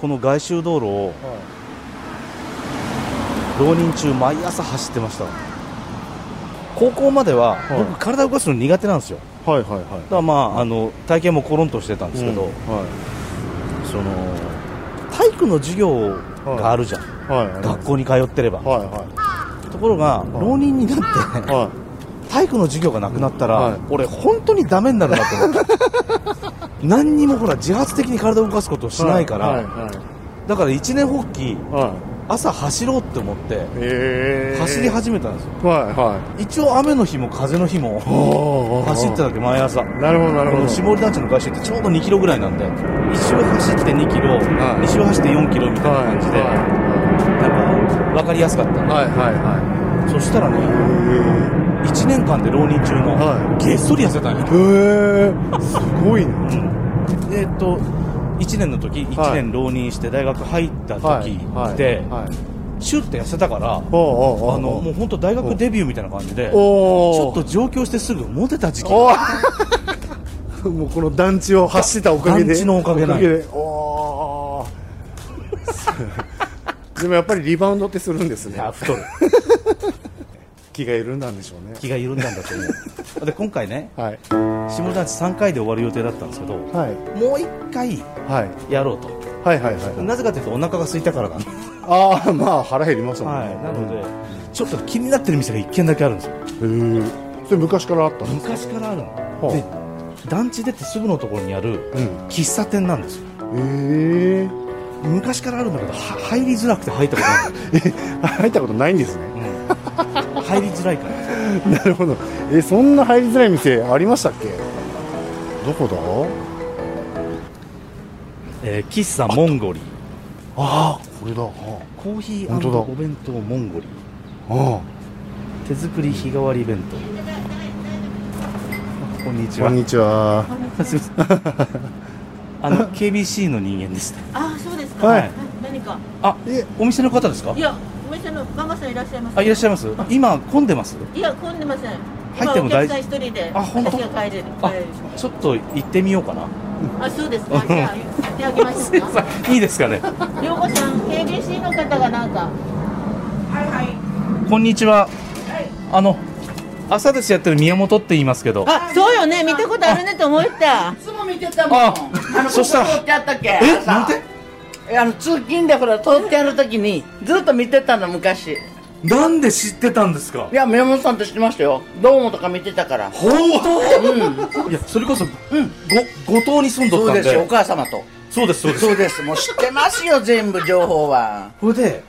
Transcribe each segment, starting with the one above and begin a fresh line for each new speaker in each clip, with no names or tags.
この外周道路を浪人中毎朝走ってました高校までは
はい
僕体動かすの苦手なんですよ
はいはいはい
だからまああの体験もコロンとしてたんですけど、
うんは
その体育の授業があるじゃん、
いはいあります
学校に通ってれば、
はいはい
ところが、
い
浪人にな って
は
体育の授業がなくなったら、
はい
俺本当にダメになるなと思 った何にもほら自発的に体を動かすことを
い
しないから、
はいはい
だから一年発起
はい
朝走ろうって思って
ええ
走り始めたんですよ、
はいはい
一応雨の日も風の日 も
お
走ってたわけ毎朝
なるほどなる
こ
ほ
の
ど
下り団地の外周ってちょうど2キロぐらいなんで1周走って2キロ、
はい
2周走って4キロみたいな
はい
感じで、
は
なんか分かりやすかった
いはいはいは
そしたらね
いへ
1年間で浪人中
は
のげっそり痩せたん よ、
えへえすごいね
うんでえっと1年の時1年浪人して大学入った時で
はい
シュッて痩せたから
おお
あのもう本当大学デビューみたいな感じでちょ
お
っと上京してすぐモテた時期
おーもうこの団地を走ったおかげで
団地のおかげなんや
おでおーでもやっぱりリバウンドってするんですね
あ 太る
気が緩んだんでしょうね
気が緩んだんだと思う で今回ね
はい
下田地3回で終わる予定だったんですけども
はいう
1回
はい
やろうと
はいはいはい
なぜかというとお腹が空いたからなんです、
ああまあ腹減りますもん
はい、
ね、
なのでちょっと気になってる店が1軒だけあるんですよ
うんへえそれ昔からあったの
昔からあるの、で団地出てすぐのところにある
うん
喫茶店なんですよ
へえ
昔からあるんだけどは入りづらくて入ったことないんだよ、
え 入ったことないんですね
うん入りづらいから
なるほどえそんな入りづらい店ありましたっけどこだ
えー喫茶モンゴリ
ああこれだあ
コーヒ
本当だ
ーお弁当モンゴリ
あ
手作り日替わり弁当あこんにち
こ
は
んにちは
すいません あの KBC の人間です
ああそうですか。
はい
何か。
あ
え
お店の方ですか
いやお店のママさんいらっしゃいます。
あいらっしゃいます今混んでます
いや混んでません。
入っても大
今お客さん一人で
あ本当
私が帰れる。
あ
帰れる
ちょっと行ってみようかな
あそうですか。じゃあ言ってあげましょうか。
いいですかね
りょうこさん KBC の方がなんか。はいはい。
こんにちは
はい。
あの朝ですやってる宮本って言いますけど
あそうよね見たことあるねと思った。
いつも見てたもん。
あ
あの、
そ
そ
し
したた
ら
ら。通ってあったっけ
え
朝
なんて
えあの、通勤でほら、通ってあるときに、ずっと見てたの、昔。い
なんで知ってたんですか
や、宮本さんと知ってましたよ。どうもとか見てたから。
本当いやそれこそ、ご五島に住んど
そ
った
うん
で
ですよ、お母様と。
そうですそうです
そうです。もう知ってますよ、全部情報は。
これで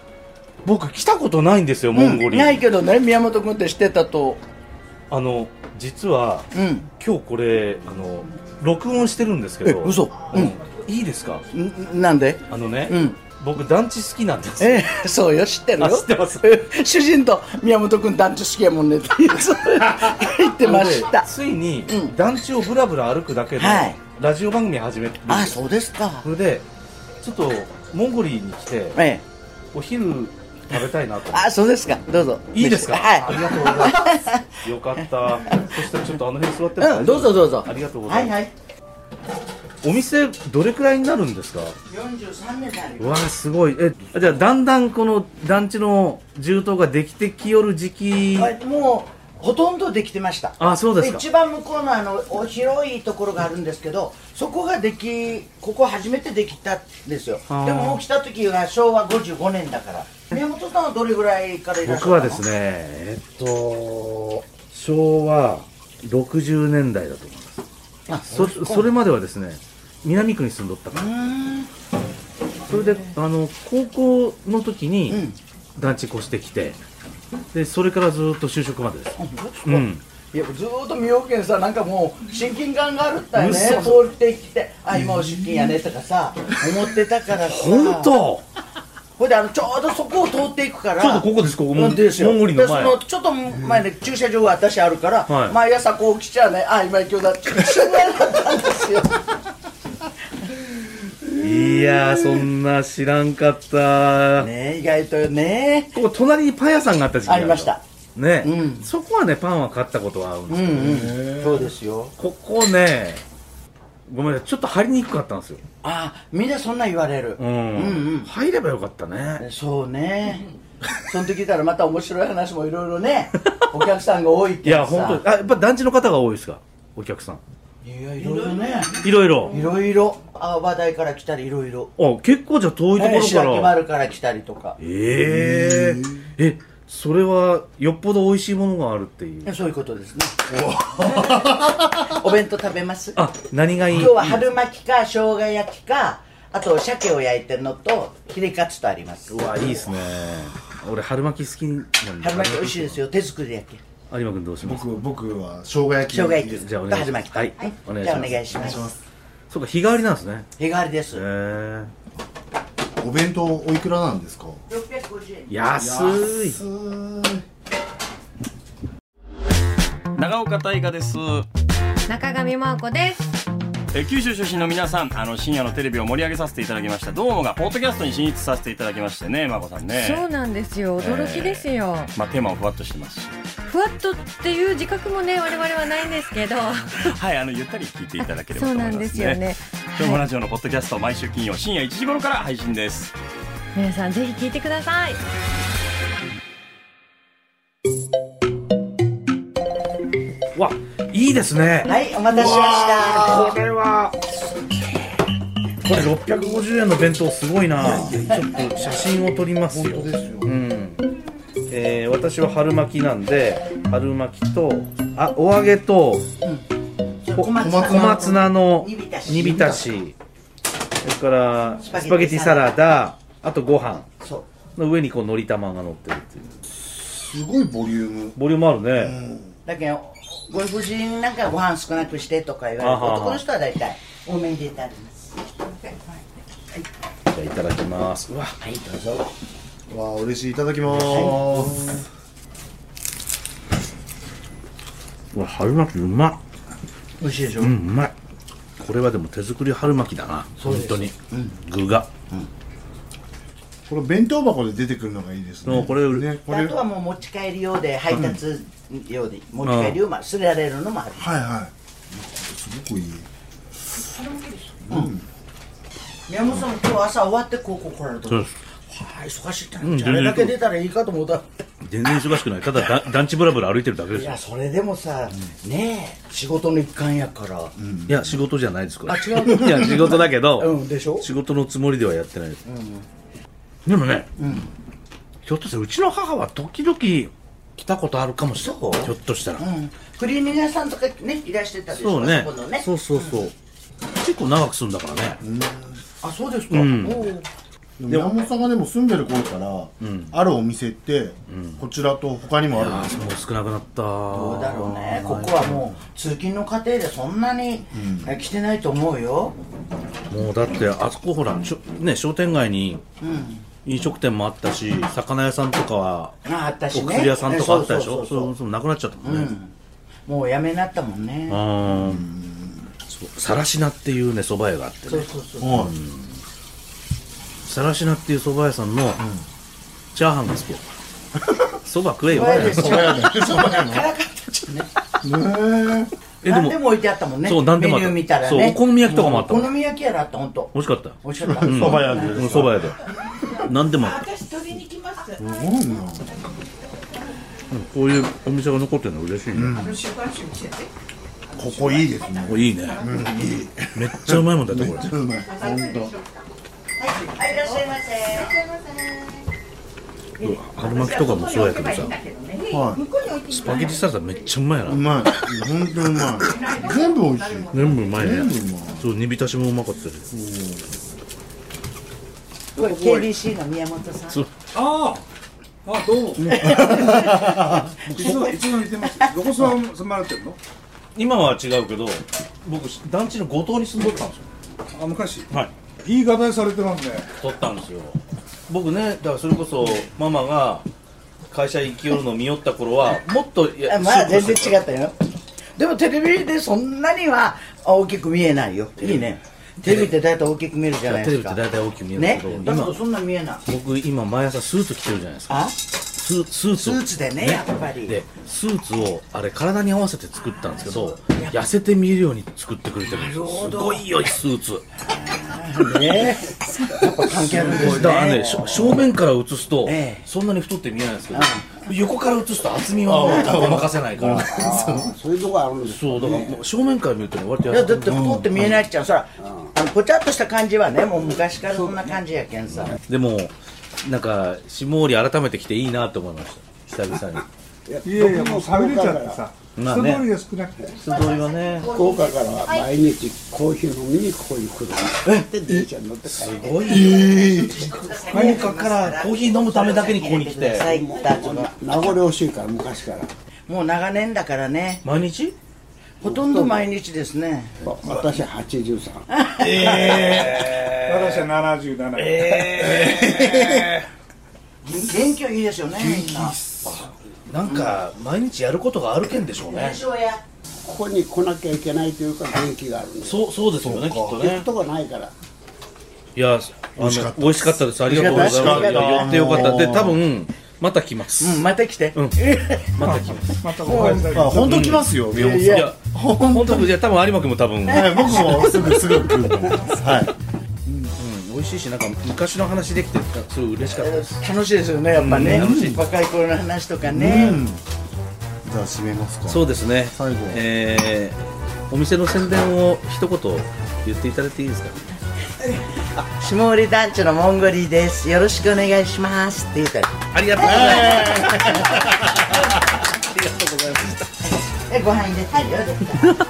僕来たことないんですよモンゴ
うん
リ、
ないけどね、宮本君って知ってたと。
あの実は
うん。
今日これあの録音してるんですけど
え嘘
う
うん
ん、いいですか
んなんで
あのね、
うん
僕団地好きなんです
ええ、そうよ、知ってる
あ
よ。
知ってます。
主人と宮本君団地好きやもんねって言う 言ってまし
なの
た
で。ついに
うん
団地をぶらぶら歩くだけで、
はい
ラジオ番組始めて
あ、そうですか
そ。れでちょっとモンゴリに来て
ええ。
お昼食べたいなと思って
あ、そうですか。どうぞ。
いいですかあり
は
がとうございますよか ったそしたらちょっとあの辺座っても大丈夫
い。うん、どうぞどうぞ。
ありがとうござ
はいい
ます、
はい。
お店どれくらいになるんですか
四十三年だよ。
わあすごいえじゃあだんだんこの団地の住棟ができてきよる時期
はいもうほとんどできてました。
あそうですか
一番向こうのあのお広いところがあるんですけど、そこができここ初めてできたんですよ。で
あー
ももう来た時が昭和五十五年だから。宮本さんはどれぐらいからいらっしゃ
僕はですねえっと昭和60年代だと思いますそそれまではですね南区に住んどったからそれであの高校の時に団地越してきてでそれからずっと就職までですうん
いやずーっと見ようけんさなんかもう親近感があるったよね
嘘
通ってきてあ今お出勤やねとかさ思ってたからさ
本当
ほいであのちょうどそこを通っていくから
ちょうどここですここ
うんですよ
モンゴリの前
でそのちょっと前で駐車場が私あるから、
はい
毎朝こう来ちゃうねあ今今日だって駐車場だったんです よ
いやーそんな知らんかった、
ねえ意外とね
ここ隣にパン屋さんがあった時期がるの
ありました
ね、
うん
そこはねパンは買ったことはあるんです
う
けど、
んうんそうですよ
ここねごめんなさいちょっと入りにくかったんですよ、
あみんなそんなん言われる、
うん
うん
入ればよかったね
そうねその時いたらまた面白い話もいろい ろねお客さんが多いっ
い
てい
や本当あやっぱ団地の方が多いですかお客さん
当いやいろいろね
いろいろ
いろいろあ話題から来たりいろいろ
あ結構じゃあ遠いところか
白木
ら
丸から来たりとか
えええそれはよっぽど美味しいものがあるっていう
そういうことですねお弁当食べます
あ何がいい
今日は春巻きか生姜焼きかあと鮭を焼いてるのとヒレカツとあります
うわいいですね俺春巻き好きなんで
春巻き美味しいですよ手作り焼き
有馬君どうします
僕僕は生姜焼き
生姜焼き
じゃあお
と
願いし
春
ます
巻きと
はいお願い
じ
し
ゃあ
ま
お
す
願いしま
お願いしますす
そうか日替わりなんですね
日替わりです
へえ
お弁当おいくらなんですか
650円
安い
長岡大河です
中上真央子です
えー九州出身の皆さんあの深夜のテレビを盛り上げさせていただきましたどうもがポッドキャストに進出させていただきましてねまこさん
そう
ね
なんですよ驚きですよ、
まあテーマもふわっとしてます し
ふわっとっていう自覚もね我々はないんですけど
はいあのゆったり聞いていただければ
そ
と
う
思い
な
ます
んですよね
今日も
は
ラ
い、
ジオのポッドキャスト毎週金曜深夜1時頃から配信です
皆さんぜひ聞いてください
わいいですね
はいお待たせしました
これはこれ650円の弁当すごいなちょっと写真を撮りますよ
ですよ
うんえー私は春巻きなんで春巻きとあお揚げと
小松菜
小松菜の
煮浸し
煮浸しそれから
スパゲティ
スパゲティサラダあとご飯
そう
の上にこうのり玉が乗ってるっていう
すごいボリューム
ボリュームあるね、
だけどご婦人なんかご飯少なくしてとか言わ
あ
れ
は
る
は
男の人は大体多めに入れてあります
じゃあいただきますうわ
はいどうぞ
わあ嬉しいいただきます、
うわ春巻きうまっ
美味しいでしょ、
うんうまいこれはでも手作り春巻きだな本当に、具が
これ弁当箱で出てくるのがいいです
そう
ね
これ
ねこれ
あとはもう持ち帰り用で配達用で持ち帰り用まあすれられるのもある
はいはいすごくいい
宮本さんも今日朝終わって高校来られた
そう
の
です
はい忙しいって
ん
なあれだけ出たらいいかと思った
全然忙しくないただだ団地ぶらぶら歩いてるだけで
い
すよ
やそれでもさねえ仕事の一環やから
いや仕事じゃないですこれ
あ違 う
いや仕事だけど、
うんでしょ
仕事のつもりではやってないです、でもね、ひょっとしたらうちの母は時々来たことあるかもしれ
そ
な
う
いひょっとしたら、
うんクリーニング屋さんとかねいらしてたでしょ
そうね
そこのね
そうそうそう、結構長く住んだからね、
あそうですか、
ん
おう
でも山本さんがでも住んでる頃から、あるお店って、こちらと他にもあるんですよ
もう少なくなった
どうだろうねここはもう通勤の過程でそんなにえ来てないと思うよ、
もうだってあそこほらしょ、ね、商店街に飲食店もあったし魚屋さんとかは
まああったしね
お薬屋さんとかあったでしょ
そうそうそうそう
それもなくなっちゃったもんね、
もうやめになったもんね
ああさらしなっていうね蕎麦屋があって
そう
ね
そうそう
はい
さらしなっていう蕎麦屋さんのチャーハンが好きや 蕎麦食えよ
怖いですよ
そうやねそうやね
辛かったじゃんね
ねえ
えで
何
も
でも置いてあったもんね
そう何でもあ
メ
っ
ニ
た
ュー見たらね
そうお好み焼きとかもあった
う
も
お
ん
好み焼きやらあった本当
美味しかった
美味しかった、
ん
そば屋で
うん蕎麦屋で何でもあった
私取りに来ます。
すごいな
うんこういうお店が残ってるの嬉しいね、
あの週刊誌見せて。
ここいいですね
これいいね、めっちゃうまいもんだって
め
こ
っ
れ
ちゃうまい本
はいいらっしゃいませ
春巻きとかもそうやけどさ
当はい
スパゲティサラダめっちゃうまいな
うまい本当うまい全部美味しい
全部うまいね
全部うまい
そう煮浸しもうまかったです
これ KBC の宮本さん
そう
ああ、あどうも。いつもいつも似てます。どこさん住まれてるの？
今は違うけど僕団地の五島に住んどったんですよ
あ昔。
はい
いい画題されてますね。
取ったんですよ僕ねだからそれこそママが会社行きよるのを見よった頃はもっといや
まあ全然違
う
ったよでもテレビでそんなには大きく見えないよいいねテレビって大体大きく見えるじゃない
テ
で
レ
す
ビっ
か
て大体大きく見える
ね
けど、
だけ
今
どそんな見えない
僕今毎朝スーツ着てるじゃないですか
あ
スススーツ
ス
を
ーツでねやっぱり
でスーツをあれ体に合わせて作ったんですけど
やっぱ
痩せて見えるように作ってくれてるんですよ
なるほ
す
ど
ごいよスーツ
ねやっぱ関係あるんです
だからね
ね
しょ正面から映すと
ええ
そんなに太って見えないんですけど横から映すと厚みはもうごまかせないから
そういうとこあるんです
そうだからもう正面から見るとね割と
いやだっ
痩せ
て太って見えないっちゃうそらあのぽちゃっとした感じはねもう昔からそんな感じやけんさ
でもなんか下織改めて来ていいなと思いました久々に
いやいやもう寂れちゃってさ
まあ
人
ね
通りが少なくて
人通りはね
福岡からは毎日コーヒー飲みにここに来るんですで電車に乗って帰る
すごい福岡からコーヒー飲むためだけにここに来て
最近だとか
名残惜しいから昔から
もう長年だからね
毎日
ほとんど毎日ですね
私83
私は77
元気はいいですよねみんな
なんか毎日やることがあるけんでしょうね
最初はや
ここに来なきゃいけないというか元気があるんです
そうそうですよねきっと
行
ね
くとこないから
いやあの美味しかったですありがとうございます
美味しかった
いや寄ってよかったで多分また来ます、
うんまた来て
また来ます
またお帰りなさい
あ本当来ますよ、宮本
い
さん。
や本当いや多分有馬君も多分、うん、
はい、僕もすぐすぐ来ると思います。はい。
美味しいしなんか昔の話できてすごい嬉しかったです
楽しいですよねやっぱね若い頃の話とかね
じゃあ締めますか。
そうですね
最後
えー、お店の宣伝を一言言っていただいていいですか
下り団地のモンゴリーですよろしくお願いしますって言うたら
ありがとうございます、
えご飯入れてるよ絶対